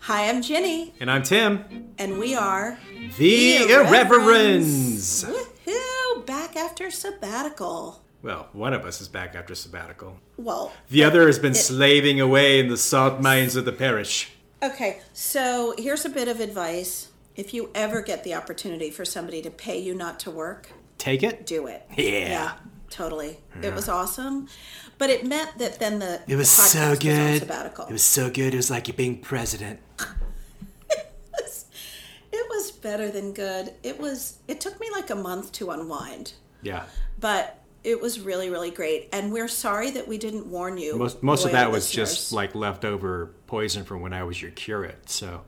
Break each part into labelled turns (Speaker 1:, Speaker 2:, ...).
Speaker 1: Hi, I'm Jenny,
Speaker 2: And I'm Tim,
Speaker 1: and we are
Speaker 2: the Irreverends.
Speaker 1: Woohoo! Back after sabbatical.
Speaker 2: Well, one of us is back after sabbatical.
Speaker 1: Well,
Speaker 2: The other has been slaving away in the salt mines of the parish.
Speaker 1: okay, so here's a bit of advice. If you ever get the opportunity for somebody to pay you not to work,
Speaker 2: Take it.
Speaker 1: do it.
Speaker 2: Yeah.
Speaker 1: totally. It was awesome, but it meant that then the
Speaker 2: It was
Speaker 1: podcast
Speaker 2: so
Speaker 1: on
Speaker 2: good.
Speaker 1: sabbatical.
Speaker 2: It was so good. It was like you being president.
Speaker 1: it was better than good. It was. It took me like a month to unwind.
Speaker 2: Yeah.
Speaker 1: but it was really really great and we're sorry that we didn't warn you
Speaker 2: Most most of
Speaker 1: loyal
Speaker 2: that was just
Speaker 1: listeners.
Speaker 2: like leftover poison from when I was your curate. So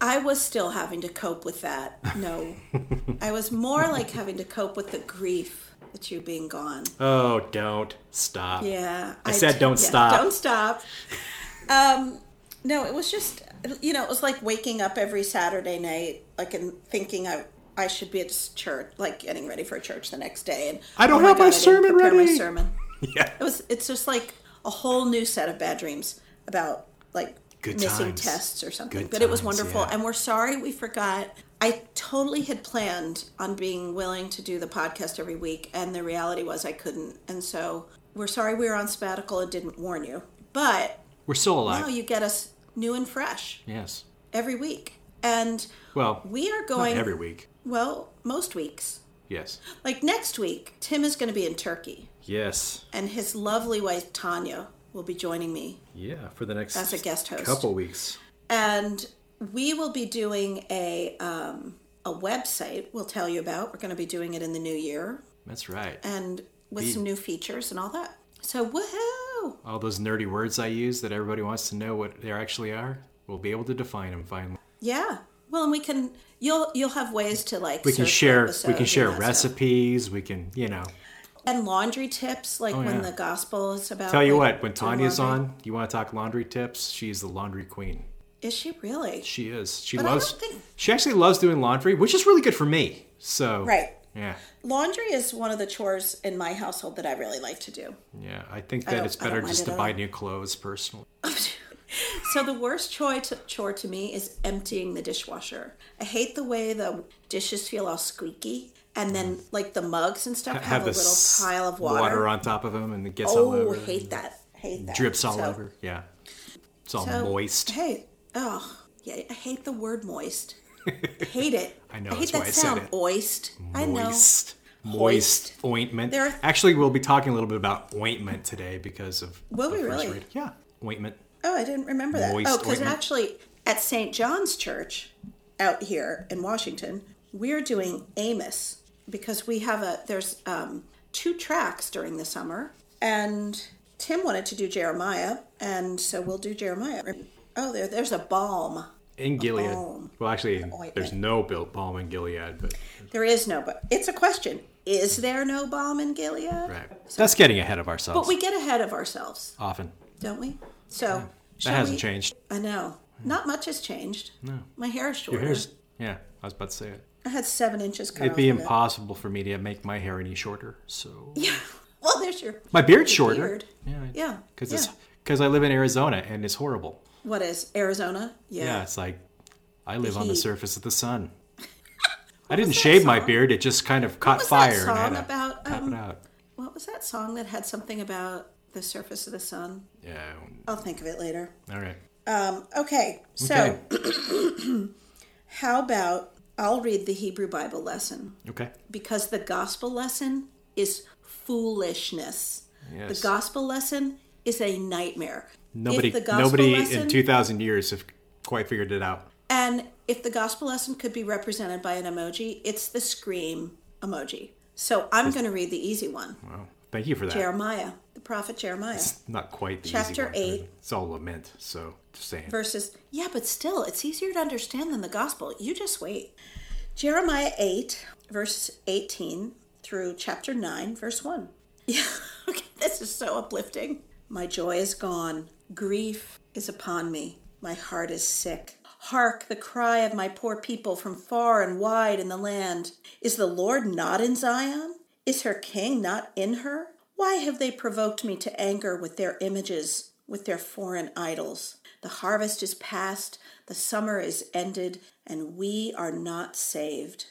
Speaker 1: i was still having to cope with that no i was more like having to cope with the grief that you being gone
Speaker 2: Oh, don't stop.
Speaker 1: yeah
Speaker 2: I said don't
Speaker 1: yeah,
Speaker 2: stop.
Speaker 1: don't stop um no it was just you know it was like waking up every saturday night like and thinking i i should be at s- church like getting ready for church the next day and oh
Speaker 2: I don't
Speaker 1: my
Speaker 2: have my
Speaker 1: God, didn't
Speaker 2: sermon
Speaker 1: prepare my
Speaker 2: ready.
Speaker 1: sermon
Speaker 2: Yeah.
Speaker 1: it was it's just like a whole new set of bad dreams about like
Speaker 2: Good
Speaker 1: missing
Speaker 2: times.
Speaker 1: tests or something
Speaker 2: Good
Speaker 1: but it was
Speaker 2: times,
Speaker 1: wonderful
Speaker 2: yeah.
Speaker 1: and we're sorry we forgot i totally had planned on being willing to do the podcast every week and the reality was i couldn't and so we're sorry we were on sabbatical and didn't warn you but
Speaker 2: We're still
Speaker 1: now
Speaker 2: alive.
Speaker 1: you get us new and fresh
Speaker 2: yes.
Speaker 1: every week and
Speaker 2: Well,
Speaker 1: we are
Speaker 2: not
Speaker 1: going
Speaker 2: every week.
Speaker 1: well most weeks
Speaker 2: Yes.
Speaker 1: like next week tim is going to be in turkey
Speaker 2: Yes.
Speaker 1: and his lovely wife tanya will be joining me
Speaker 2: Yeah. For the next
Speaker 1: as a guest host.
Speaker 2: couple weeks.
Speaker 1: And we will be doing a um, a website. We'll tell you about. We're going to be doing it in the new year,
Speaker 2: That's right.
Speaker 1: and with some new features and all that. So woohoo!
Speaker 2: all those nerdy words I use that everybody wants to know what they actually are, we'll be able to define them finally.
Speaker 1: Yeah. Well, and we can. You'll you'll have ways to like.
Speaker 2: We can share we can share recipes, we can, you know.
Speaker 1: and laundry tips, like when
Speaker 2: Oh, yeah.
Speaker 1: the gospel is about.
Speaker 2: Tell you
Speaker 1: like,
Speaker 2: what, when
Speaker 1: doing
Speaker 2: Tanya's
Speaker 1: laundry-
Speaker 2: on, you want to talk laundry tips, she's the laundry queen.
Speaker 1: is she really
Speaker 2: She is. She
Speaker 1: But I
Speaker 2: loves
Speaker 1: don't think-
Speaker 2: She actually loves doing laundry, which is really good for me. So
Speaker 1: right?
Speaker 2: Yeah.
Speaker 1: Laundry is one of the chores in my household that I really like to do.
Speaker 2: Yeah, I think
Speaker 1: don't-
Speaker 2: that it's
Speaker 1: I don't
Speaker 2: better
Speaker 1: mind
Speaker 2: just
Speaker 1: it
Speaker 2: to
Speaker 1: at
Speaker 2: buy
Speaker 1: all.
Speaker 2: new clothes personally.
Speaker 1: So the worst chore to, chore to me is emptying the dishwasher. I hate the way the dishes feel all squeaky, and then like the mugs and stuff have,
Speaker 2: Mm-hmm. Have
Speaker 1: a
Speaker 2: this
Speaker 1: little pile of water.
Speaker 2: on top of them and it gets all
Speaker 1: oh,
Speaker 2: over.
Speaker 1: hate that! Hate that.
Speaker 2: drips all
Speaker 1: So-
Speaker 2: over. Yeah. It's all
Speaker 1: so,
Speaker 2: moist.
Speaker 1: Hey, oh yeah, I hate the word moist. I hate it.
Speaker 2: I know,
Speaker 1: I hate
Speaker 2: that's
Speaker 1: that
Speaker 2: why I said
Speaker 1: sound.
Speaker 2: it.
Speaker 1: Moist. I know.
Speaker 2: moist, moist ointment.
Speaker 1: There are-
Speaker 2: Actually, we'll be talking a little bit about ointment today because of
Speaker 1: Will
Speaker 2: the
Speaker 1: we
Speaker 2: first
Speaker 1: really?
Speaker 2: read. Yeah, ointment.
Speaker 1: Oh, I didn't remember that.
Speaker 2: Moist
Speaker 1: oh, because
Speaker 2: ointment.
Speaker 1: actually, at St. John's Church out here in Washington, we're doing Amos because we have a there's um, two tracks during the summer, and Tim wanted to do Jeremiah, and so we'll do Jeremiah. Oh, there there's a balm.
Speaker 2: In Gilead.
Speaker 1: balm.
Speaker 2: Well, actually,
Speaker 1: Oh, ointment.
Speaker 2: there's no built balm in Gilead, but
Speaker 1: There is no, but it's a question. Is there no balm in Gilead?
Speaker 2: right. That's getting ahead of ourselves
Speaker 1: But we get ahead of ourselves,
Speaker 2: often.
Speaker 1: don't we? So
Speaker 2: That
Speaker 1: shall
Speaker 2: hasn't
Speaker 1: we-
Speaker 2: changed.
Speaker 1: I know. Not much has changed. No. My hair is shorter.
Speaker 2: Your hair's, yeah, I was about to say it.
Speaker 1: I had seven inches cut
Speaker 2: It'd
Speaker 1: off
Speaker 2: be
Speaker 1: of it.
Speaker 2: impossible for me to make my hair any shorter. So
Speaker 1: Yeah. Well, there's your
Speaker 2: my beard's shorter.
Speaker 1: beard.
Speaker 2: Yeah.
Speaker 1: Yeah.
Speaker 2: Because
Speaker 1: yeah.
Speaker 2: because I live in Arizona and it's horrible.
Speaker 1: what is Arizona? Yeah.
Speaker 2: Yeah, it's like I live on the
Speaker 1: heat.
Speaker 2: surface of the sun. I didn't shave my
Speaker 1: song?
Speaker 2: beard; it just kind of caught
Speaker 1: was that
Speaker 2: fire.
Speaker 1: song
Speaker 2: and I had
Speaker 1: about,
Speaker 2: to top
Speaker 1: um,
Speaker 2: it out.
Speaker 1: What was that song that had something about the surface of the sun?
Speaker 2: Yeah.
Speaker 1: I'll think of it later.
Speaker 2: All right.
Speaker 1: Um, okay. So
Speaker 2: Okay.
Speaker 1: how about I'll read the Hebrew Bible lesson
Speaker 2: okay.
Speaker 1: because the gospel lesson is foolishness.
Speaker 2: Yes.
Speaker 1: The gospel lesson is a nightmare. If
Speaker 2: Nobody,
Speaker 1: the gospel
Speaker 2: nobody in
Speaker 1: lesson-
Speaker 2: two thousand years have quite figured it out.
Speaker 1: And if the gospel lesson could be represented by an emoji, it's the scream emoji. So I'm going to read the easy one
Speaker 2: Wow. Thank you for that.
Speaker 1: Jeremiah, the prophet Jeremiah.
Speaker 2: Not quite the easy
Speaker 1: Chapter
Speaker 2: one.
Speaker 1: eight.
Speaker 2: It's all lament. So just saying.
Speaker 1: Versus, yeah, but still, it's easier to understand than the gospel. You just wait. Jeremiah 8, verse 18 through chapter 9, verse 1. Yeah, okay, this is so uplifting. My joy is gone. Grief is upon me. My heart is sick. Hark the cry of my poor people from far and wide in the land. Is the Lord not in Zion? Is her king not in her? Why have they provoked me to anger with their images, with their foreign idols? The harvest is past, the summer is ended, and we are not saved.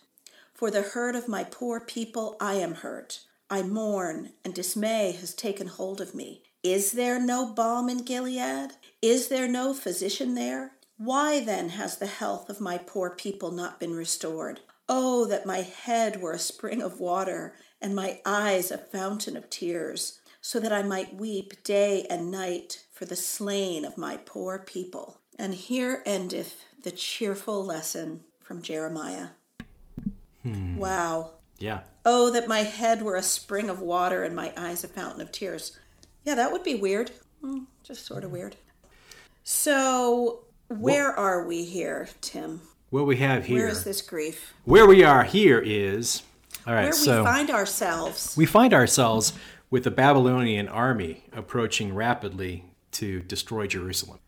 Speaker 1: For the hurt of my poor people I am hurt. I mourn, and dismay has taken hold of me. Is there no balm in Gilead? Is there no physician there? Why then has the health of my poor people not been restored? Oh, that my head were a spring of water, and my eyes a fountain of tears, so that I might weep day and night for the slain of my poor people. And here endeth the cheerful lesson from Jeremiah. Wow.
Speaker 2: Yeah.
Speaker 1: Oh, that my head were a spring of water and my eyes a fountain of tears. Yeah, that would be weird. Mm, just sort of
Speaker 2: Mm-hmm.
Speaker 1: weird. So, where are we here, Tim?
Speaker 2: What we have here,
Speaker 1: Where is this grief?
Speaker 2: where we are here is, all right.
Speaker 1: Where
Speaker 2: so
Speaker 1: we find ourselves.
Speaker 2: we find ourselves with the Babylonian army approaching rapidly to destroy Jerusalem.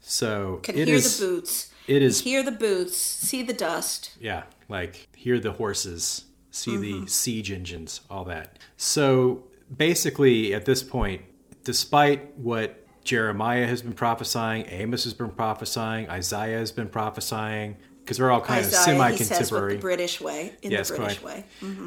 Speaker 2: So
Speaker 1: Can
Speaker 2: it
Speaker 1: hear
Speaker 2: is.
Speaker 1: the boots.
Speaker 2: It is.
Speaker 1: Hear the boots. See the dust.
Speaker 2: Yeah, like hear the horses, see
Speaker 1: Mm-hmm.
Speaker 2: the siege engines, all that. So basically, at this point, despite what Jeremiah has been prophesying, Amos has been prophesying, Isaiah has been prophesying, because they're all kind of
Speaker 1: Isaiah,
Speaker 2: semi
Speaker 1: he says, with the
Speaker 2: contemporary.
Speaker 1: British way. In
Speaker 2: Yes,
Speaker 1: the British
Speaker 2: correct.
Speaker 1: way.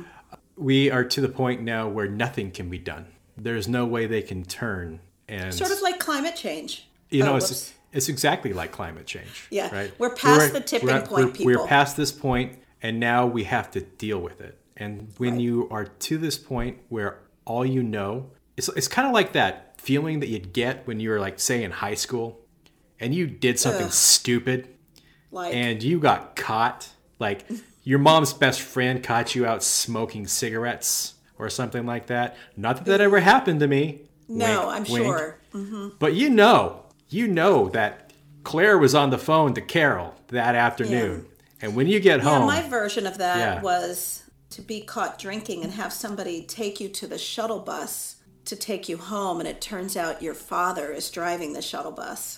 Speaker 2: we are to the point now where nothing can be done. There's no way they can turn. And,
Speaker 1: Sort of like climate change.
Speaker 2: you
Speaker 1: Oh,
Speaker 2: know,
Speaker 1: whoops.
Speaker 2: it's, it's exactly like climate change.
Speaker 1: Yeah,
Speaker 2: Right?
Speaker 1: we're past
Speaker 2: at-
Speaker 1: the tipping
Speaker 2: we're at-
Speaker 1: point,
Speaker 2: we're-
Speaker 1: people.
Speaker 2: We're past this point, and now we have to deal with it. And when you are to this point where all you know, it's, it's kind of like that feeling that you'd get when you were, like, say, in high school and you did something
Speaker 1: Ugh.
Speaker 2: stupid
Speaker 1: like
Speaker 2: and you got caught. Like, your mom's best friend caught you out smoking cigarettes or something like that. Not that that ever happened to me.
Speaker 1: no,
Speaker 2: Wink,
Speaker 1: I'm
Speaker 2: wink.
Speaker 1: sure.
Speaker 2: But you know, you know that Claire was on the phone to Carol that afternoon. And when you get
Speaker 1: Yeah,
Speaker 2: home,
Speaker 1: my version of that
Speaker 2: Oh. Yeah.
Speaker 1: was to be caught drinking and have somebody take you to the shuttle bus to take you home, and it turns out your father is driving the shuttle bus.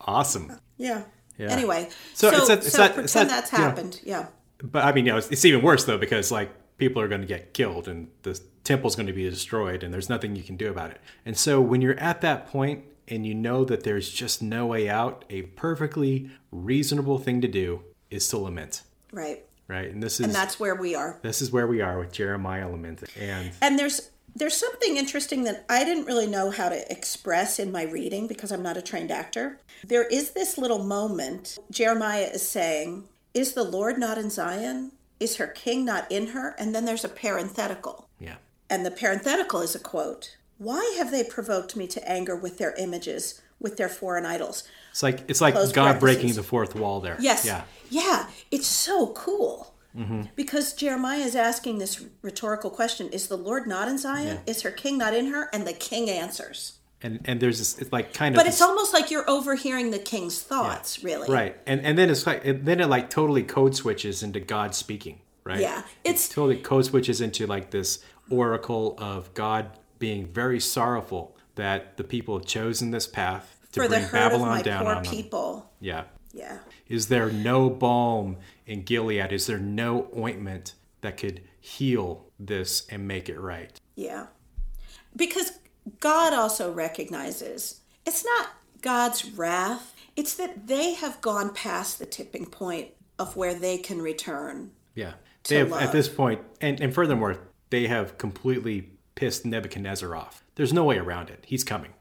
Speaker 2: awesome.
Speaker 1: Yeah.
Speaker 2: Yeah.
Speaker 1: Anyway, so,
Speaker 2: So
Speaker 1: so,
Speaker 2: it's not- it's not- it's
Speaker 1: pretend
Speaker 2: not,
Speaker 1: that's
Speaker 2: you know-
Speaker 1: happened. Yeah.
Speaker 2: But I mean, you know, it's, it's even worse though because like people are going to get killed and the temple's going to be destroyed and there's nothing you can do about it. And so when you're at that point and you know that there's just no way out, a perfectly reasonable thing to do is to lament,
Speaker 1: Right.
Speaker 2: right? And this is
Speaker 1: And that's where we are.
Speaker 2: this is where we are with Jeremiah lamenting. And
Speaker 1: and there's there's something interesting that I didn't really know how to express in my reading because I'm not a trained actor. There is this little moment Jeremiah is saying, "Is the Lord not in Zion? Is her king not in her?" And then there's a parenthetical.
Speaker 2: yeah.
Speaker 1: And the parenthetical is a quote. Why have they provoked me to anger with their images, with their foreign idols?
Speaker 2: It's like it's like
Speaker 1: Close
Speaker 2: God breaking
Speaker 1: parentheses.
Speaker 2: the fourth wall there.
Speaker 1: Yes.
Speaker 2: Yeah. Mm-hmm.
Speaker 1: Yeah. It's so cool. Because Jeremiah is asking this rhetorical question Is the Lord not in Zion? Is her king not in her? And the king answers.
Speaker 2: and and there's this it's like kind of
Speaker 1: But it's
Speaker 2: this-
Speaker 1: almost like you're overhearing the king's thoughts, really.
Speaker 2: right and and then it's like and then it like totally code switches into god speaking right
Speaker 1: Yeah. It's-
Speaker 2: it totally code switches into like this oracle of god being very sorrowful that the people have chosen this path to
Speaker 1: For the
Speaker 2: bring
Speaker 1: hurt of
Speaker 2: babylon
Speaker 1: my
Speaker 2: down
Speaker 1: poor
Speaker 2: on them
Speaker 1: people.
Speaker 2: yeah
Speaker 1: Yeah.
Speaker 2: is there no balm in gilead is there no ointment that could heal this and make it right
Speaker 1: Yeah. Because God also recognizes it's not God's wrath, it's that they have gone past the tipping point of where they can return.
Speaker 2: Yeah. They have,
Speaker 1: love.
Speaker 2: at this point, and, and furthermore, they have completely pissed Nebuchadnezzar off. There's no way around it. He's coming.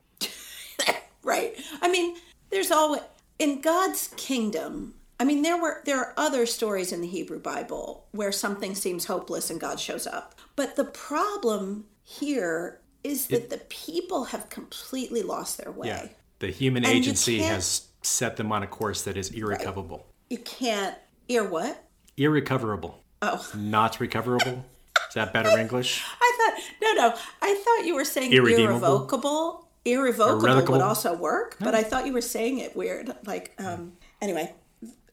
Speaker 1: Right. I mean, there's always in God's kingdom. I mean, there were there are other stories in the Hebrew Bible where something seems hopeless and God shows up. But the problem here is that the people have completely lost their way.
Speaker 2: The human
Speaker 1: you
Speaker 2: agency
Speaker 1: can't-
Speaker 2: has set them on a course that is irrecoverable.
Speaker 1: You can't ear what?
Speaker 2: Irrecoverable.
Speaker 1: Oh.
Speaker 2: Not recoverable. is that better English?
Speaker 1: I thought no no. I thought you were saying
Speaker 2: Irredeemable?
Speaker 1: irrevocable. Irrevocable
Speaker 2: Irrevocable?
Speaker 1: would also work, but I thought you were saying it weird. Like um anyway.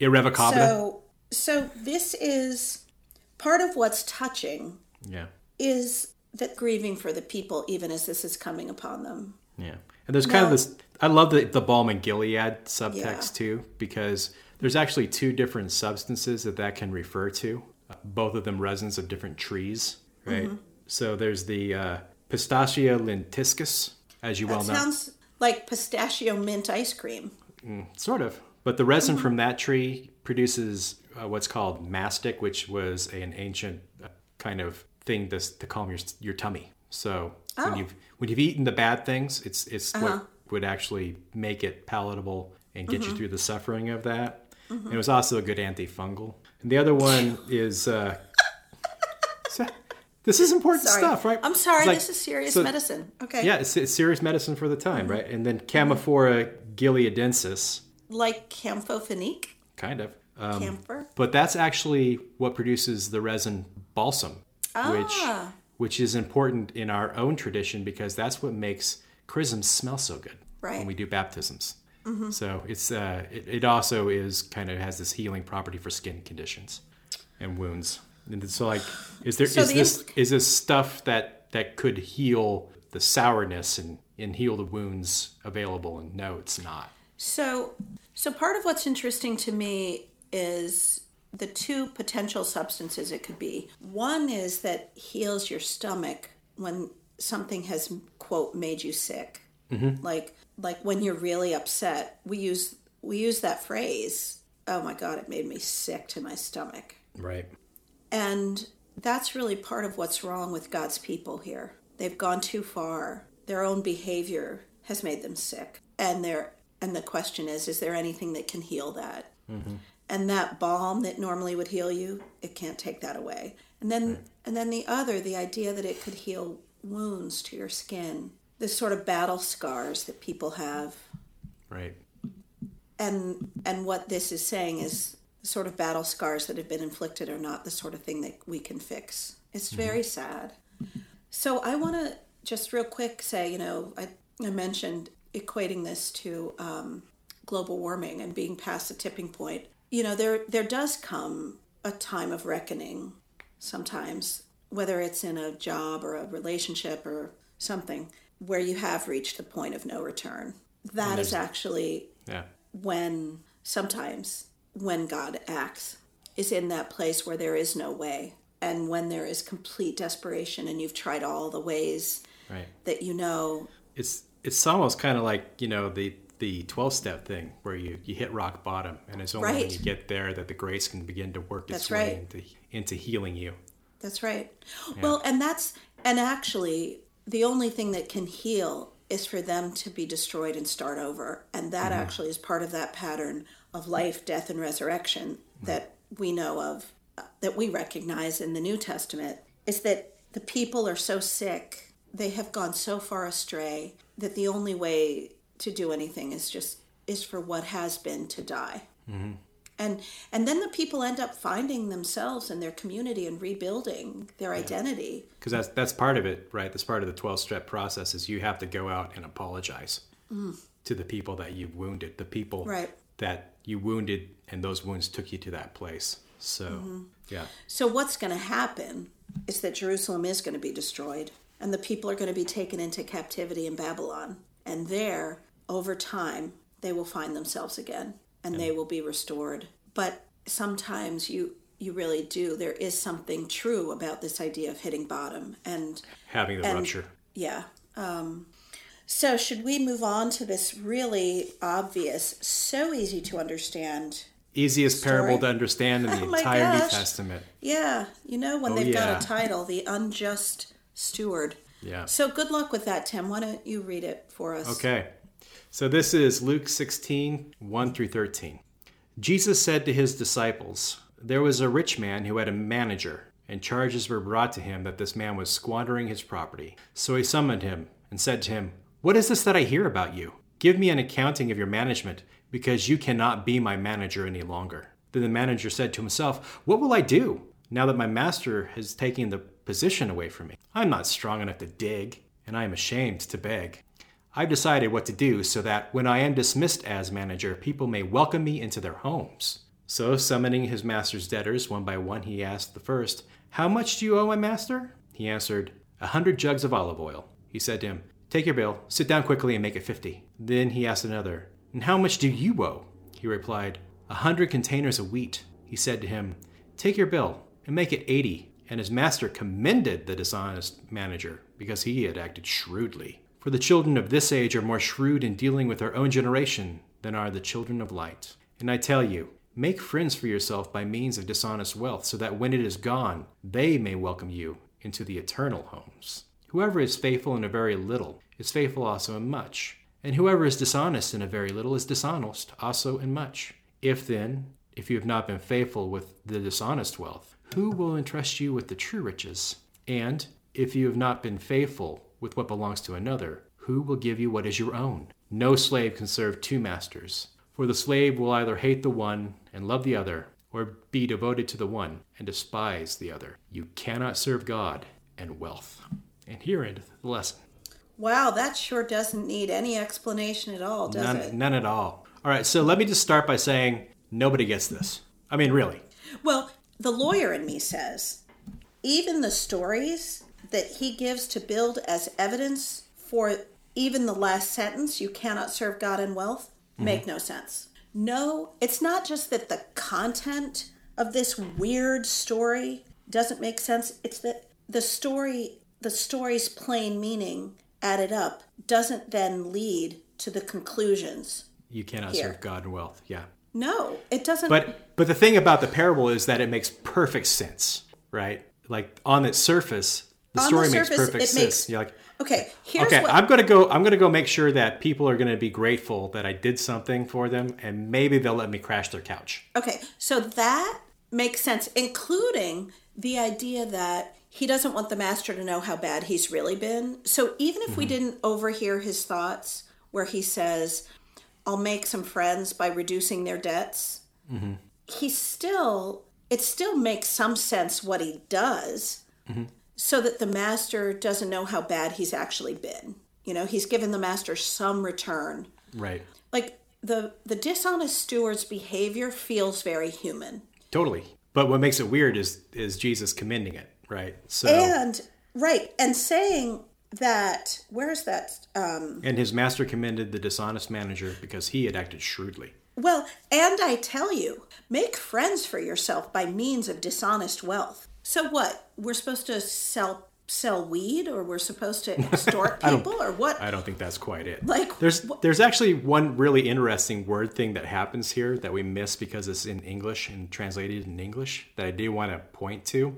Speaker 2: Irrevocable.
Speaker 1: So, so this is part of what's touching
Speaker 2: yeah.
Speaker 1: is that grieving for the people, even as this is coming upon them.
Speaker 2: Yeah. And there's kind of this I love the the balm and Gilead subtext
Speaker 1: Yeah.
Speaker 2: too because there's actually two different substances that that can refer to. Both of them resins of different trees,
Speaker 1: Mm-hmm.
Speaker 2: right? So there's the uh, Pistachia lentiscus, as you well know.
Speaker 1: Sounds like pistachio mint ice cream.
Speaker 2: Sort of. But the resin
Speaker 1: Mm-hmm.
Speaker 2: from that tree produces uh, what's called mastic, which was an ancient uh, kind of thing this, to calm your, your tummy. So
Speaker 1: Oh. Uh-huh.
Speaker 2: when you've when you've eaten the bad things, it's it's what would actually make it palatable and get
Speaker 1: Mm-hmm.
Speaker 2: you through the suffering of that. And it was also a good antifungal. And the other one is. Uh, so- this is important
Speaker 1: Sorry.
Speaker 2: stuff, right?
Speaker 1: I'm sorry,
Speaker 2: It's like-
Speaker 1: this is Mm-hmm. serious
Speaker 2: so-
Speaker 1: medicine. Okay.
Speaker 2: yeah, it's, it's serious medicine for the time, right? And then Camophora gileadensis,
Speaker 1: Like camphorphenique,
Speaker 2: kind of. Um,
Speaker 1: camphor.
Speaker 2: but that's actually what produces the resin balsam,
Speaker 1: Ah.
Speaker 2: which which is important in our own tradition because that's what makes chrisms smell so good
Speaker 1: Right. Mm-hmm.
Speaker 2: when we do baptisms. So it's uh, it, it also is kind of has this healing property for skin conditions and wounds. And so like, is there is
Speaker 1: So the
Speaker 2: this is this stuff that that could heal the sourness and and heal the wounds available? And no, it's not.
Speaker 1: So, so part of what's interesting to me is the two potential substances it could be. One is that heals your stomach when something has quote made you sick, like like when you're really upset. We use we use that phrase. Oh my god, it made me sick to my stomach.
Speaker 2: Right.
Speaker 1: And that's really part of what's wrong with God's people here. They've gone too far. Their own behavior has made them sick. And they're, and the question is, is there anything that can heal that? And that balm that normally would heal you, it can't take that away. And then and then the other, the idea that it could heal wounds to your skin, the sort of battle scars that people have
Speaker 2: Right.
Speaker 1: and and what this is saying is the sort of battle scars that have been inflicted are not the sort of thing that we can fix it's very sad so i want to just real quick say you know i, I mentioned equating this to um, global warming and being past the tipping point you know there there does come a time of reckoning sometimes whether it's in a job or a relationship or something where you have reached the point of no return that is actually
Speaker 2: Yeah.
Speaker 1: when sometimes when God acts is in that place where there is no way and when there is complete desperation and you've tried all the ways
Speaker 2: Right.
Speaker 1: that you know
Speaker 2: it's it's almost kind of like you know the the 12 step thing where you you hit rock bottom and it's only when
Speaker 1: Right.
Speaker 2: you get there that the grace can begin to work its
Speaker 1: That's
Speaker 2: way
Speaker 1: right.
Speaker 2: into, into healing you
Speaker 1: that's right well and that's and actually the only thing that can heal is for them to be destroyed and start over and that actually is part of that pattern of life death and resurrection that we know of uh, that we recognize in the new testament is that the people are so sick they have gone so far astray that the only way to do anything is just is for what has been to die and and then the people end up finding themselves and their community and rebuilding their identity
Speaker 2: because that's that's part of it right that's part of the 12 step process is you have to go out and apologize to the people that you've wounded the people
Speaker 1: Mm. Right.
Speaker 2: that you wounded and those wounds took you to that place so
Speaker 1: Mm-hmm.
Speaker 2: yeah
Speaker 1: so what's going to happen is that jerusalem is going to be destroyed and the people are going to be taken into captivity in babylon and there over time they will find themselves again and they will be restored but sometimes you you really do there is something true about this idea of hitting bottom and
Speaker 2: having the rupture
Speaker 1: Yeah. Um, so, should we move on to this really obvious, so easy to understand?
Speaker 2: easiest parable
Speaker 1: Story.
Speaker 2: to understand in the
Speaker 1: Oh my
Speaker 2: entire new
Speaker 1: gosh.
Speaker 2: testament
Speaker 1: Yeah, you know, when
Speaker 2: Oh,
Speaker 1: they've
Speaker 2: yeah.
Speaker 1: got a title, The Unjust Steward.
Speaker 2: yeah
Speaker 1: So, good luck with that, Tim. Why don't you read it for us?
Speaker 2: Okay. So this is Luke 16, 1 through 13. Jesus said to his disciples, There was a rich man who had a manager, and charges were brought to him that this man was squandering his property. So he summoned him and said to him, What is this that I hear about you? Give me an accounting of your management, because you cannot be my manager any longer. Then the manager said to himself, What will I do now that my master has taken the position away from me? I'm not strong enough to dig, and I am ashamed to beg. I've decided what to do so that when I am dismissed as manager, people may welcome me into their homes. So, summoning his master's debtors one by one, he asked the first, How much do you owe my master? He answered, A hundred jugs of olive oil. He said to him, Take your bill, sit down quickly, and make it fifty. Then he asked another, And how much do you owe? He replied, A hundred containers of wheat. He said to him, Take your bill and make it eighty. And his master commended the dishonest manager because he had acted shrewdly. For the children of this age are more shrewd in dealing with their own generation than are the children of light. And I tell you, make friends for yourself by means of dishonest wealth, so that when it is gone, they may welcome you into the eternal homes. Whoever is faithful in a very little is faithful also in much, and whoever is dishonest in a very little is dishonest also in much. If then, if you have not been faithful with the dishonest wealth, who will entrust you with the true riches? And if you have not been faithful with what belongs to another, who will give you what is your own? No slave can serve two masters, for the slave will either hate the one and love the other, or be devoted to the one and despise the other. You cannot serve God and wealth. And here endeth the lesson.
Speaker 1: Wow, that sure doesn't need any explanation at all, does
Speaker 2: None,
Speaker 1: it?
Speaker 2: none at all. All right, so let me just start by saying nobody gets this. I mean, really.
Speaker 1: Well, the lawyer in me says even the stories that he gives to build as evidence for even the last sentence, you cannot serve God and wealth,
Speaker 2: Mm-hmm.
Speaker 1: make no sense. No, it's not just that the content of this weird story doesn't make sense, it's that the story the story's plain meaning added up doesn't then lead to the conclusions.
Speaker 2: You cannot
Speaker 1: Here.
Speaker 2: serve God and wealth. Yeah.
Speaker 1: No, it doesn't
Speaker 2: But but the thing about the parable is that it makes perfect sense, right? Like on its surface, the
Speaker 1: On the
Speaker 2: story makes
Speaker 1: surface,
Speaker 2: perfect
Speaker 1: it
Speaker 2: sense.
Speaker 1: makes-
Speaker 2: You're like,
Speaker 1: Okay, here's
Speaker 2: okay,
Speaker 1: what
Speaker 2: I'm gonna go. I'm gonna go make sure that people are gonna be grateful that I did something for them, and maybe they'll let me crash their couch.
Speaker 1: Okay, so that makes sense, including the idea that he doesn't want the master to know how bad he's really been. So even if we didn't overhear his thoughts, where he says, I'll make some friends by reducing their debts, he still, it still makes some sense what he does so that the master doesn't know how bad he's actually been. You know, he's given the master some return
Speaker 2: Right.
Speaker 1: like the the dishonest steward's behavior feels very human
Speaker 2: Totally. But what makes it weird is is Jesus commending it, right? So
Speaker 1: and right and saying that where's that um
Speaker 2: and his master commended the dishonest manager because he had acted shrewdly.
Speaker 1: well and i tell you make friends for yourself by means of dishonest wealth so what we're supposed to sell sell weed or we're supposed to extort people or what
Speaker 2: I don't think that's quite it.
Speaker 1: Like,
Speaker 2: there's there's actually one really interesting word thing that happens here that we miss because it's in English and translated in English that I do want to point to.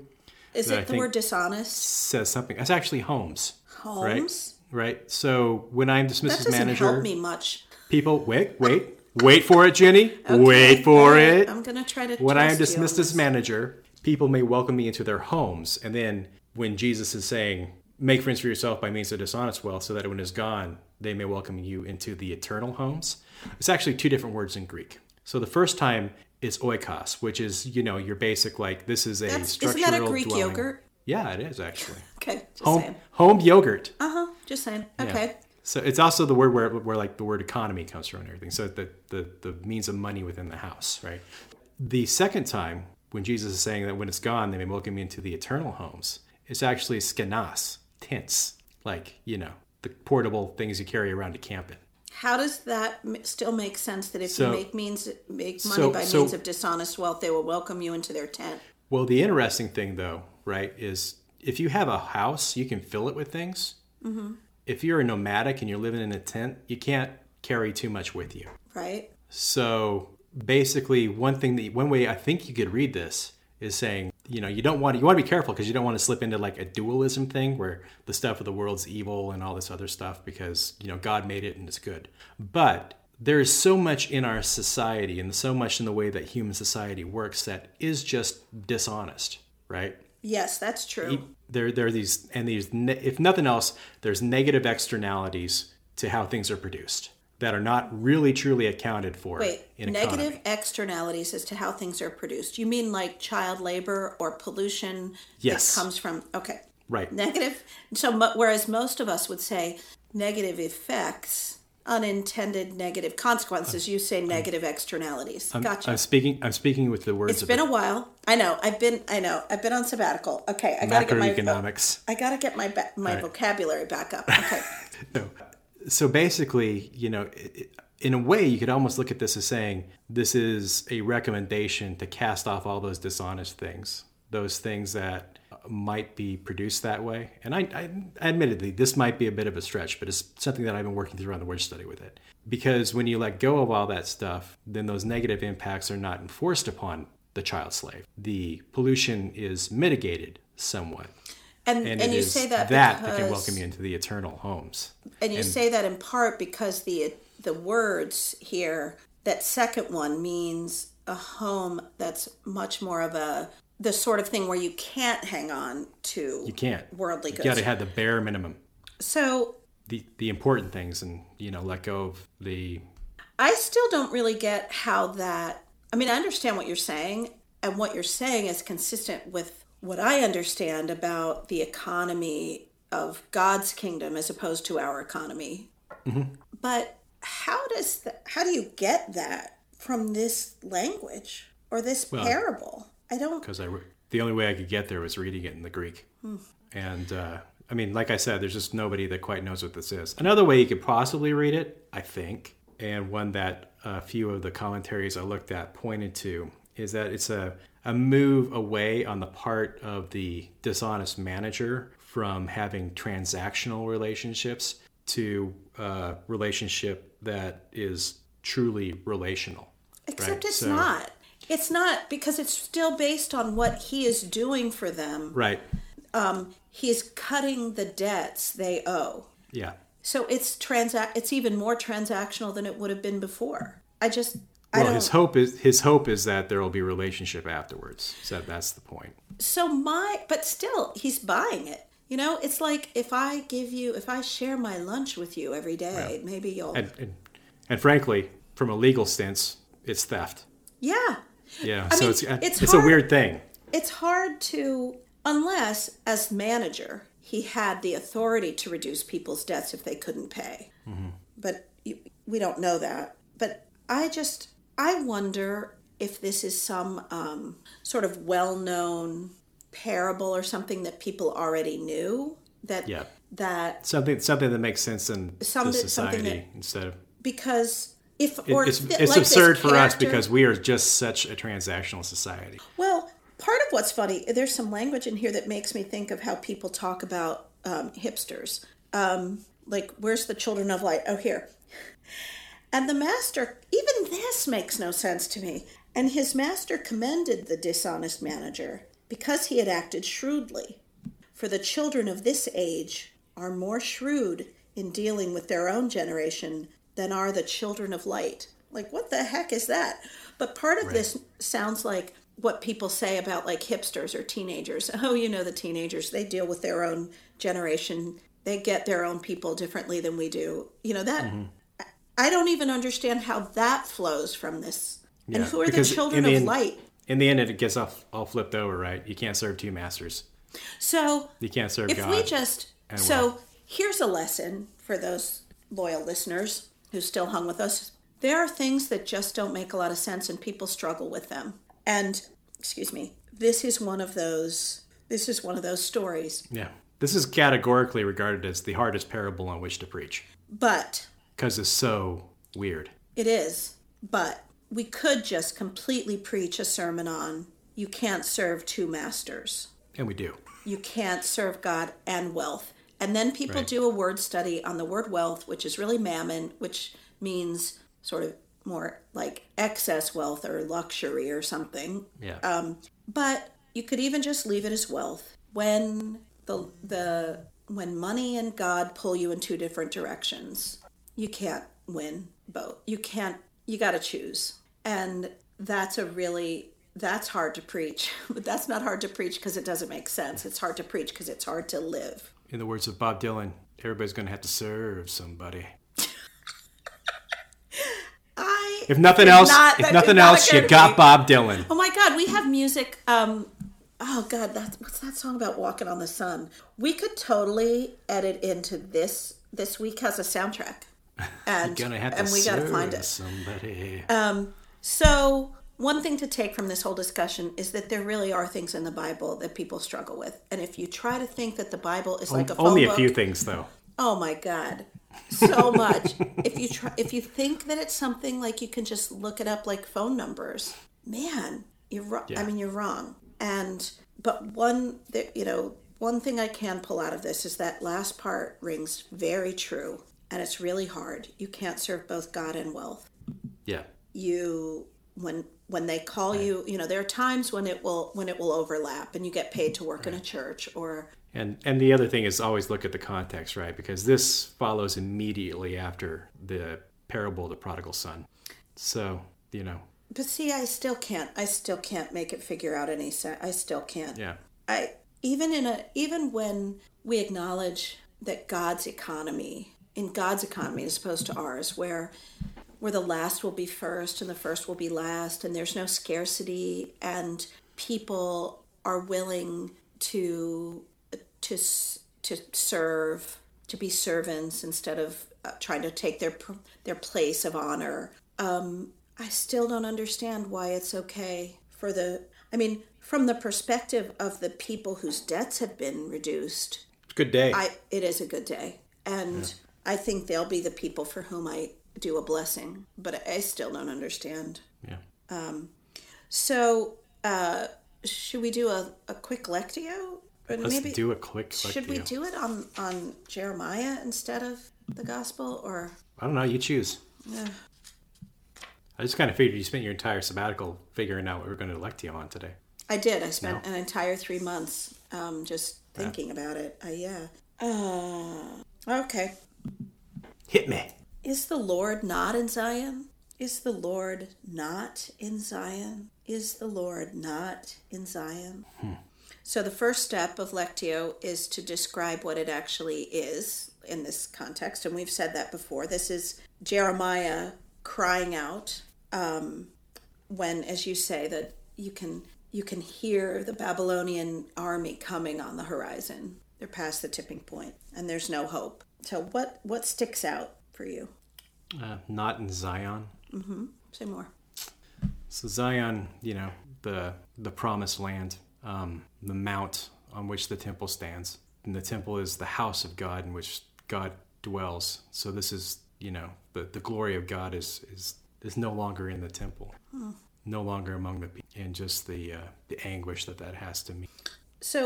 Speaker 1: is
Speaker 2: that I
Speaker 1: it the
Speaker 2: think-
Speaker 1: word dishonest
Speaker 2: Says something. It's actually Holmes.
Speaker 1: Holmes?
Speaker 2: Right. Right. So when I'm
Speaker 1: that
Speaker 2: dismissive
Speaker 1: doesn't
Speaker 2: manager,
Speaker 1: help me much
Speaker 2: people wait, wait, wait for it, Jenny. wait for
Speaker 1: Okay,
Speaker 2: it.
Speaker 1: i'm gonna try to
Speaker 2: When I am
Speaker 1: trust you on
Speaker 2: dismissed as manager, people may welcome me into their homes. And then when Jesus is saying, make friends for yourself by means of dishonest wealth, so that when it's gone, they may welcome you into the eternal homes. It's actually two different words in Greek. So the first time is oikos, which is, you know, your basic, like, this is a
Speaker 1: That's- isn't that a
Speaker 2: structural
Speaker 1: Greek
Speaker 2: dwelling.
Speaker 1: yogurt?
Speaker 2: Yeah, it is actually.
Speaker 1: okay just
Speaker 2: Home,
Speaker 1: saying
Speaker 2: home yogurt.
Speaker 1: uh-huh just saying
Speaker 2: Yeah.
Speaker 1: okay
Speaker 2: So it's also the word where, where like the word economy comes from and everything. So the, the, the means of money within the house, right? The second time when Jesus is saying that when it's gone, they may welcome you into the eternal homes, it's actually skenas, tents, like, you know, the portable things you carry around to camp in.
Speaker 1: How does that m- still make sense that if
Speaker 2: So-
Speaker 1: you make means make money
Speaker 2: so-
Speaker 1: by
Speaker 2: so-
Speaker 1: means of dishonest wealth, they will welcome you into their tent?
Speaker 2: Well, the interesting thing though, right, is if you have a house, you can fill it with things. If you're a nomadic and you're living in a tent, you can't carry too much with you.
Speaker 1: Right?
Speaker 2: So basically, one thing that one way I think you could read this is saying, you know, you don't want to, you want to be careful because you don't want to slip into like a dualism thing where the stuff of the world's evil and all this other stuff because you know God made it and it's good. But there is so much in our society and so much in the way that human society works that is just dishonest, right?
Speaker 1: Yes, that's true.
Speaker 2: there there are these and these ne- if nothing else there's negative externalities to how things are produced that are not really truly accounted for
Speaker 1: Wait,
Speaker 2: in
Speaker 1: negative
Speaker 2: economy.
Speaker 1: externalities as to how things are produced. You mean like child labor or pollution
Speaker 2: Yes.
Speaker 1: that comes from? Okay,
Speaker 2: right
Speaker 1: negative. So mo- whereas most of us would say negative effects, unintended negative consequences, you say negative externalities. gotcha.
Speaker 2: i'm speaking i'm speaking with the words
Speaker 1: it's
Speaker 2: of
Speaker 1: been a while. I know. I've been. I know. I've been on sabbatical. Okay, I gotta get my
Speaker 2: macroeconomics
Speaker 1: I gotta get my ba- my vocabulary back up. Okay,
Speaker 2: so, so basically you know i- i- in a way you could almost look at this as saying this is a recommendation to cast off all those dishonest things those things that might be produced that way. And I, I admittedly, this might be a bit of a stretch, but it's something that I've been working through on the word study with it. Because when you let go of all that stuff, then those negative impacts are not enforced upon the child slave. The pollution is mitigated somewhat.
Speaker 1: And,
Speaker 2: And,
Speaker 1: and,
Speaker 2: it
Speaker 1: you
Speaker 2: is
Speaker 1: say that
Speaker 2: that
Speaker 1: because,
Speaker 2: that can welcome you into the eternal homes.
Speaker 1: and you say that in part because the the words here that second one means a home that's much more of a the sort of thing where you can't hang on to
Speaker 2: You can't.
Speaker 1: worldly
Speaker 2: You
Speaker 1: goods.
Speaker 2: got to have the bare minimum,
Speaker 1: so
Speaker 2: the the important things, and you know, let go of the
Speaker 1: I still don't really get how that. I mean, I understand what you're saying, and what you're saying is consistent with what I understand about the economy of God's kingdom as opposed to our economy. But how does the, how do you get that from this language or this parable? I don't.
Speaker 2: because I re- the only way I could get there was reading it in the Greek, and uh, I mean, like I said, there's just nobody that quite knows what this is. Another way you could possibly read it, I think, and one that a few of the commentaries I looked at pointed to is that it's a a move away on the part of the dishonest manager from having transactional relationships to a relationship that is truly relational.
Speaker 1: Except
Speaker 2: right,
Speaker 1: it's
Speaker 2: so-
Speaker 1: not. It's not because it's still based on what he is doing for them.
Speaker 2: Right.
Speaker 1: He is cutting the debts they owe.
Speaker 2: Yeah.
Speaker 1: So it's transact. It's even more transactional than it would have been before. I just I
Speaker 2: Well,
Speaker 1: don't.
Speaker 2: his hope is his hope is that there will be a relationship afterwards. So that's the point.
Speaker 1: so my, but still, he's buying it. You know, it's like if I give you, if I share my lunch with you every day, maybe you'll.
Speaker 2: And, and and frankly, from a legal stance, it's theft.
Speaker 1: yeah,
Speaker 2: Yeah.
Speaker 1: I
Speaker 2: so
Speaker 1: mean,
Speaker 2: it's uh, it's,
Speaker 1: it's
Speaker 2: a
Speaker 1: hard-
Speaker 2: weird thing.
Speaker 1: it's hard to unless as manager he had the authority to reduce people's debts if they couldn't pay.
Speaker 2: Mm-hmm.
Speaker 1: But you, we don't know that. But I just I wonder if this is some um, sort of well-known parable or something that people already knew that
Speaker 2: Yeah.
Speaker 1: that
Speaker 2: Something something that makes sense in
Speaker 1: Something-
Speaker 2: the
Speaker 1: something
Speaker 2: society
Speaker 1: that-
Speaker 2: instead of
Speaker 1: because if or
Speaker 2: it's,
Speaker 1: th-
Speaker 2: it's
Speaker 1: like this
Speaker 2: absurd for us
Speaker 1: character-
Speaker 2: because we are just such a transactional society.
Speaker 1: Well, part of what's funny, there's some language in here that makes me think of how people talk about um, hipsters. Um, like, where's the children of light? Oh, here. And the master, even this makes no sense to me. And his master commended the dishonest manager because he had acted shrewdly. For the children of this age are more shrewd in dealing with their own generation than are the children of light. Like, what the heck is that? But part of this sounds like what people say about like hipsters or teenagers. Oh, you know, the teenagers, they deal with their own generation, they get their own people differently than we do. You know, that
Speaker 2: Mm-hmm.
Speaker 1: I don't even understand how that flows from this. and
Speaker 2: Yeah,
Speaker 1: who are the
Speaker 2: because in
Speaker 1: children
Speaker 2: the
Speaker 1: of
Speaker 2: end-
Speaker 1: light?
Speaker 2: In the end, it gets all, all flipped over, right? You can't serve two masters.
Speaker 1: So
Speaker 2: You can't serve
Speaker 1: if
Speaker 2: God.
Speaker 1: we just
Speaker 2: and
Speaker 1: so
Speaker 2: well.
Speaker 1: here's a lesson for those loyal listeners who still hung with us there are things that just don't make a lot of sense and people struggle with them and excuse me this is one of those this is one of those stories
Speaker 2: yeah. This is categorically regarded as the hardest parable on which to preach
Speaker 1: but
Speaker 2: because it's so weird.
Speaker 1: it is but we could just completely preach a sermon on you can't serve two masters
Speaker 2: And we do.
Speaker 1: you can't serve God and wealth. And then people do a word study on the word wealth, which is really mammon, which means sort of more like excess wealth or luxury or something.
Speaker 2: Yeah.
Speaker 1: Um, But you could even just leave it as wealth when the the when money and God pull you in two different directions. You can't win both. You can't you got to choose. And that's a really that's hard to preach. But that's not hard to preach because it doesn't make sense. It's hard to preach because it's hard to live.
Speaker 2: In the words of Bob Dylan, everybody's going to have to serve somebody.
Speaker 1: I
Speaker 2: If nothing else,
Speaker 1: not- that
Speaker 2: if
Speaker 1: did
Speaker 2: nothing
Speaker 1: not
Speaker 2: else,
Speaker 1: occur
Speaker 2: you
Speaker 1: to
Speaker 2: got
Speaker 1: me.
Speaker 2: Bob Dylan.
Speaker 1: Oh my God, we have music. Um, oh God, that's what's that song about walking on the sun? We could totally edit into this. This week has a soundtrack, and
Speaker 2: Gonna have
Speaker 1: and
Speaker 2: to
Speaker 1: we gotta
Speaker 2: serve
Speaker 1: find it. Um,
Speaker 2: somebody.
Speaker 1: So one thing to take from this whole discussion is that there really are things in the Bible that people struggle with, and if you try to think that the Bible is like a phone
Speaker 2: Only a
Speaker 1: book,
Speaker 2: few things, though.
Speaker 1: Oh my god, so much. if you try, if you think that it's something like you can just look it up like phone numbers, man, you're wrong. I mean, you're wrong. And but one that you know, one thing I can pull out of this is that last part rings very true, and it's really hard. You can't serve both God and wealth.
Speaker 2: Yeah.
Speaker 1: You when when they call you, you know, there are times when it will when it will overlap and you get paid to work in a church or
Speaker 2: And and the other thing is always look at the context, right? Because this follows immediately after the parable of the prodigal son. So, you know,
Speaker 1: but see, I still can't. I still can't make it figure out any sense. I still can't.
Speaker 2: yeah.
Speaker 1: I even in a even when we acknowledge that God's economy in God's economy as opposed to ours, where where the last will be first and the first will be last, and there's no scarcity, and people are willing to to s- to serve, to be servants instead of uh, trying to take their pr- their place of honor. I still don't understand why it's okay for the. I mean, from the perspective of the people whose debts have been reduced,
Speaker 2: Good day.
Speaker 1: I it is a good day, and I think they'll be the people for whom I do a blessing. But I still don't understand.
Speaker 2: yeah.
Speaker 1: So, uh, should we do a, a quick lectio? Or
Speaker 2: Let's do a quick
Speaker 1: should we
Speaker 2: lectio.
Speaker 1: do it on on Jeremiah instead of the gospel, or
Speaker 2: I don't know, you choose.
Speaker 1: Yeah.
Speaker 2: I just kind of figured you spent your entire sabbatical figuring out what we're going to elect you on today.
Speaker 1: I did. I spent an entire three months um, just thinking about it. I, yeah. Uh, okay.
Speaker 2: Hit me.
Speaker 1: Is the Lord not in Zion? Is the Lord not in Zion? Is the Lord not in Zion? So the first step of Lectio is to describe what it actually is in this context. And we've said that before. This is Jeremiah crying out when as you say that you can you can hear the babylonian army coming on the horizon they're past the tipping point and there's no hope so what what sticks out for you
Speaker 2: Uh, not in Zion.
Speaker 1: say more
Speaker 2: So Zion, you know, the the promised land, um, the mount on which the temple stands, and the temple is the house of God in which God dwells. So this is, you know, the, the glory of God is is is no longer in the temple,
Speaker 1: Hmm.
Speaker 2: no longer among the people, and just the uh, the anguish that that has to mean.
Speaker 1: so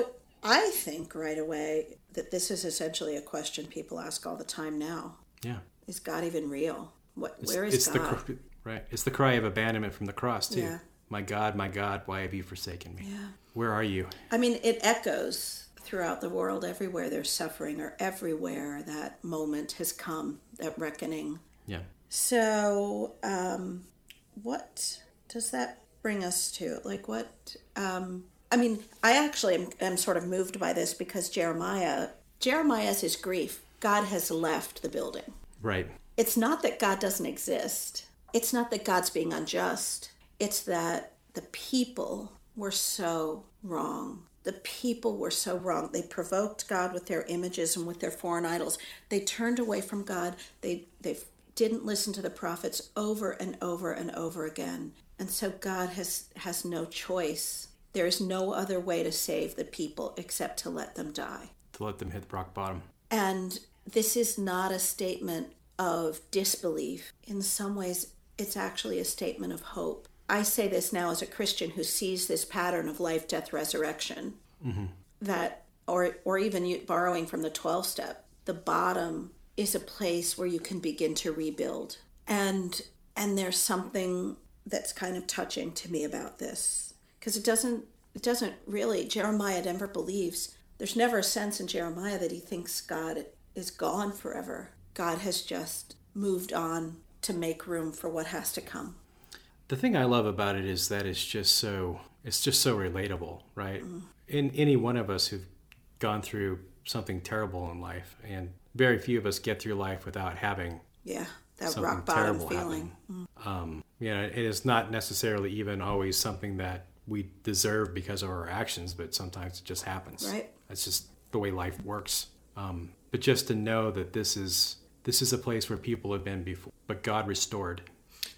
Speaker 1: i think right away that this is essentially a question people ask all the time now
Speaker 2: Yeah,
Speaker 1: is god even real what where is
Speaker 2: it's the
Speaker 1: god
Speaker 2: cr- right. It's the cry of abandonment from the cross too.
Speaker 1: Yeah.
Speaker 2: My God, my God, why have you forsaken me?
Speaker 1: Yeah.
Speaker 2: Where are you?
Speaker 1: I mean, it echoes throughout the world everywhere there's suffering or everywhere that moment has come, that reckoning.
Speaker 2: Yeah.
Speaker 1: So, um, what does that bring us to? Like, what? Um, I mean, I actually am, am sort of moved by this because Jeremiah, Jeremiah's his grief. God has left the building.
Speaker 2: Right.
Speaker 1: It's not that God doesn't exist. It's not that God's being unjust. It's that the people were so wrong. The people were so wrong. They provoked God with their images and with their foreign idols. They turned away from God. They they didn't listen to the prophets over and over and over again. And so God has has no choice. There is no other way to save the people except to let them die.
Speaker 2: To let them hit rock bottom.
Speaker 1: And this is not a statement of disbelief. In some ways, it's actually a statement of hope. I say this now as a Christian who sees this pattern of life, death, resurrection, that, or, or even you, borrowing from the 12 step, the bottom is a place where you can begin to rebuild. And, and there's something that's kind of touching to me about this because it doesn't, it doesn't really, Jeremiah never believes there's never a sense in Jeremiah that he thinks God is gone forever. God has just moved on to make room for what has to come.
Speaker 2: the thing I love about it is that it's just so it's just so relatable, right?
Speaker 1: Mm.
Speaker 2: In any one of us who've gone through something terrible in life, and very few of us get through life without having
Speaker 1: Yeah, that
Speaker 2: something
Speaker 1: rock bottom
Speaker 2: terrible
Speaker 1: feeling. Mm.
Speaker 2: happen. Um, you know, it is not necessarily even always something that we deserve because of our actions, but sometimes it just happens.
Speaker 1: Right.
Speaker 2: That's just the way life works. Um, but just to know that this is this is a place where people have been before, but God restored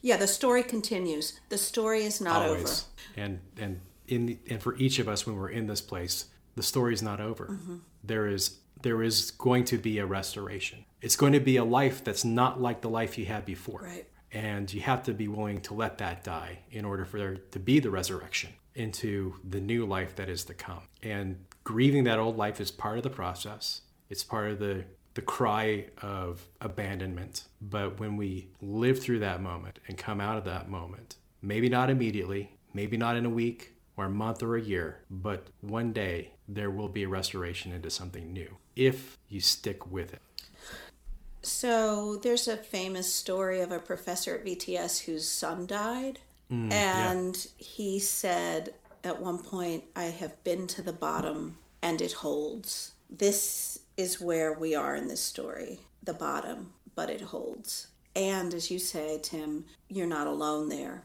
Speaker 1: Yeah, the story continues. The story is not
Speaker 2: always and and in the, and for each of us when we're in this place the story's not over
Speaker 1: Mm-hmm.
Speaker 2: There is there is going to be a restoration it's going to be a life that's not like the life you had before
Speaker 1: Right.
Speaker 2: and you have to be willing to let that die in order for there to be the resurrection into the new life that is to come. And grieving that old life is part of the process. It's part of the the cry of abandonment. But when we live through that moment and come out of that moment, maybe not immediately, maybe not in a week or a month or a year, but one day there will be a restoration into something new if you stick with it.
Speaker 1: So there's a famous story of a professor at VTS whose son died.
Speaker 2: Mm, yeah.
Speaker 1: And he said at one point, I have been to the bottom and it holds. This is where we are in this story the bottom, but it holds. And as you say, Tim, you're not alone there.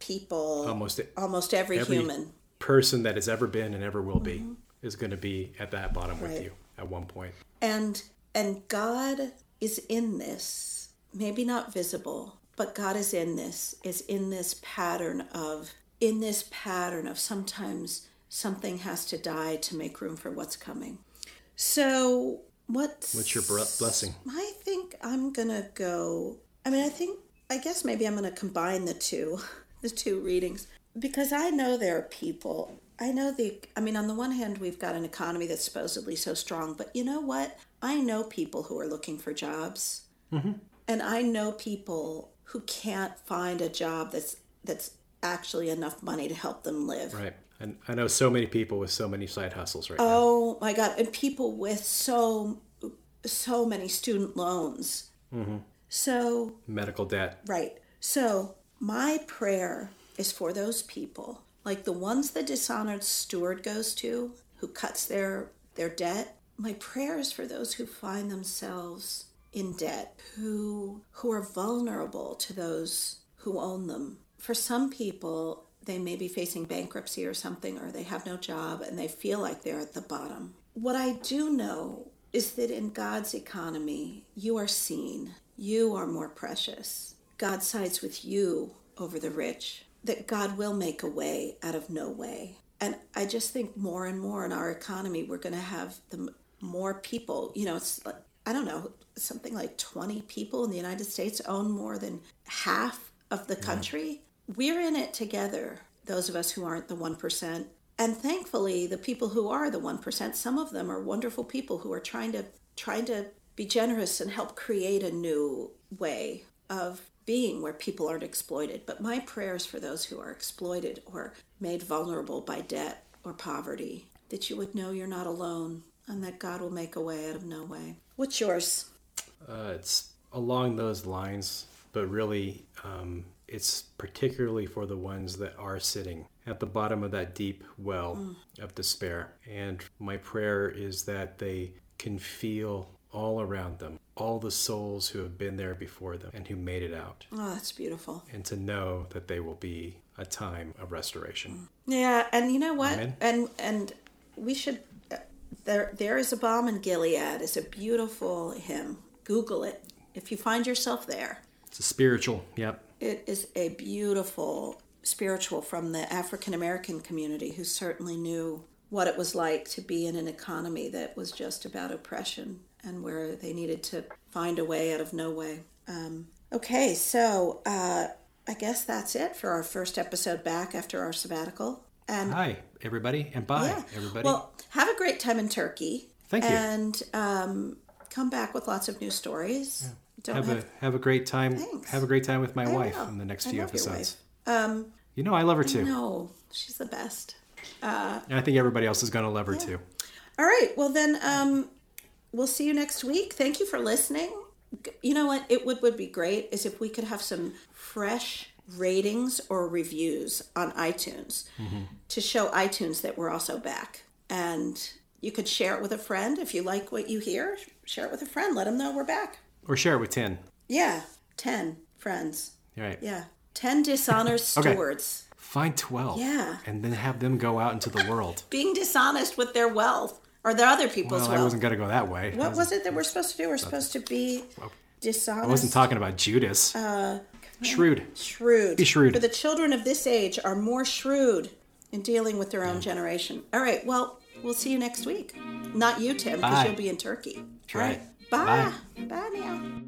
Speaker 1: People,
Speaker 2: Almost
Speaker 1: almost every,
Speaker 2: every-
Speaker 1: human,
Speaker 2: person that has ever been and ever will be is going to be at that bottom with
Speaker 1: Right.
Speaker 2: you at one point.
Speaker 1: and and god is in this maybe not visible but god is in this is in this pattern of in this pattern of sometimes something has to die to make room for what's coming so what's
Speaker 2: What's your br- blessing?
Speaker 1: i think i'm gonna go i mean i think i guess maybe i'm gonna combine the two the two readings because i know there are people i know the i mean on the one hand we've got an economy that's supposedly so strong but you know what i know people who are looking for jobs and I know people who can't find a job that's that's actually enough money to help them live.
Speaker 2: Right. And I know so many people with so many side hustles right now.
Speaker 1: Oh my god, and people with so so many student loans. So
Speaker 2: Medical debt.
Speaker 1: Right. So my prayer is for those people, like the ones the dishonored steward goes to, who cuts their their debt. My prayer is for those who find themselves in debt, who who are vulnerable to those who own them. For some people, they may be facing bankruptcy or something, or they have no job and they feel like they're at the bottom. What I do know is that in God's economy, you are seen, you are more precious. God sides with you over the rich, that God will make a way out of no way. And I just think more and more in our economy, we're going to have the m- more people, you know, it's like, I don't know, something like 20 people in the United States own more than half of the country. We're in it together, those of us who aren't the 1%. And thankfully, the people who are the 1%, some of them are wonderful people who are trying to trying to be generous and help create a new way of being where people aren't exploited. But my prayers for those who are exploited or made vulnerable by debt or poverty, that you would know you're not alone and that God will make a way out of no way. What's yours?
Speaker 2: Uh, it's along those lines, but really, um, it's particularly for the ones that are sitting at the bottom of that deep well of despair. And my prayer is that they can feel all around them all the souls who have been there before them and who made it out,
Speaker 1: Oh, that's beautiful.
Speaker 2: and to know that they will be a time of restoration.
Speaker 1: Yeah, and you know what?
Speaker 2: Amen.
Speaker 1: And and we should uh, there there is a bomb in Gilead. It's a beautiful hymn. Google it if you find yourself there.
Speaker 2: It's a spiritual, yep.
Speaker 1: It is a beautiful spiritual from the African American community who certainly knew what it was like to be in an economy that was just about oppression and where they needed to find a way out of no way. Um, okay, so uh, I guess that's it for our first episode back after our sabbatical. And
Speaker 2: Hi, everybody, and bye,
Speaker 1: yeah,
Speaker 2: everybody.
Speaker 1: well, have a great time in Turkey.
Speaker 2: Thank you.
Speaker 1: And um, come back with lots of new stories. Don't
Speaker 2: have,
Speaker 1: have,
Speaker 2: a have a great time.
Speaker 1: Thanks.
Speaker 2: Have a great time with my wife
Speaker 1: will.
Speaker 2: in the next
Speaker 1: I
Speaker 2: few
Speaker 1: love your
Speaker 2: episodes.
Speaker 1: wife. Um,
Speaker 2: You know, I love her too.
Speaker 1: No, she's the best.
Speaker 2: And I think everybody else is going to love her too.
Speaker 1: All right. Well, then um, we'll see you next week. Thank you for listening. G- You know what? It would, would be great is if we could have some fresh ratings or reviews on iTunes
Speaker 2: Mm-hmm.
Speaker 1: to show iTunes that we're also back. And you could share it with a friend. If you like what you hear, share it with a friend. Let them know we're back.
Speaker 2: Or share it with 10.
Speaker 1: Yeah. 10 friends.
Speaker 2: All right.
Speaker 1: Yeah. 10 dishonest
Speaker 2: Okay.
Speaker 1: stewards
Speaker 2: Find 12.
Speaker 1: Yeah.
Speaker 2: And then have them go out into the world.
Speaker 1: being dishonest with their wealth or their other people's
Speaker 2: well, I
Speaker 1: wealth.
Speaker 2: wasn't going to go that way.
Speaker 1: What
Speaker 2: I wasn't,
Speaker 1: was it that we're supposed to do? We're supposed to be dishonest. Uh,
Speaker 2: I wasn't talking about Judas.
Speaker 1: Oh,
Speaker 2: Shrewd.
Speaker 1: shrewd.
Speaker 2: Be shrewd.
Speaker 1: For the children of this age are more shrewd in dealing with their own generation. All right. Well, we'll see you next week. Not you, Tim, because
Speaker 2: Bye.
Speaker 1: you'll be in Turkey. All
Speaker 2: right.
Speaker 1: right. Bye. Bye now.